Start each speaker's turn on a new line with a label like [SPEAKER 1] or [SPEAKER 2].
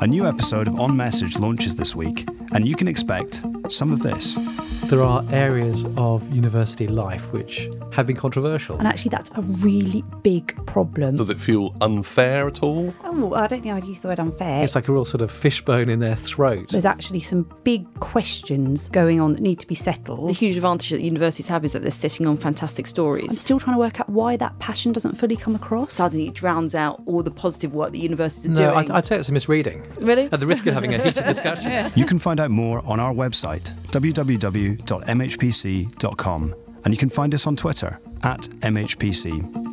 [SPEAKER 1] A new episode of On Message launches this week, and you can expect some of this.
[SPEAKER 2] There are areas of university life which have been controversial.
[SPEAKER 3] And actually, that's a really big problem.
[SPEAKER 4] Does it feel unfair at all?
[SPEAKER 5] Oh, I don't think I'd use the word unfair.
[SPEAKER 2] It's like a real sort of fishbone in their throat.
[SPEAKER 5] There's actually some big questions going on that need to be
[SPEAKER 6] The
[SPEAKER 5] settled.
[SPEAKER 6] huge advantage that universities have is that they're sitting on fantastic
[SPEAKER 5] I'm
[SPEAKER 6] stories.
[SPEAKER 5] still trying to work out why that passion doesn't fully come across.
[SPEAKER 6] Suddenly, it drowns out all the positive work that universities are
[SPEAKER 2] No, I'd,
[SPEAKER 6] doing.
[SPEAKER 2] I'd say it's a misreading.
[SPEAKER 6] really?
[SPEAKER 2] At the risk of having a heated discussion.
[SPEAKER 1] You can find out more on our website, www.mhpc.com, and you can find us on Twitter at MHPC.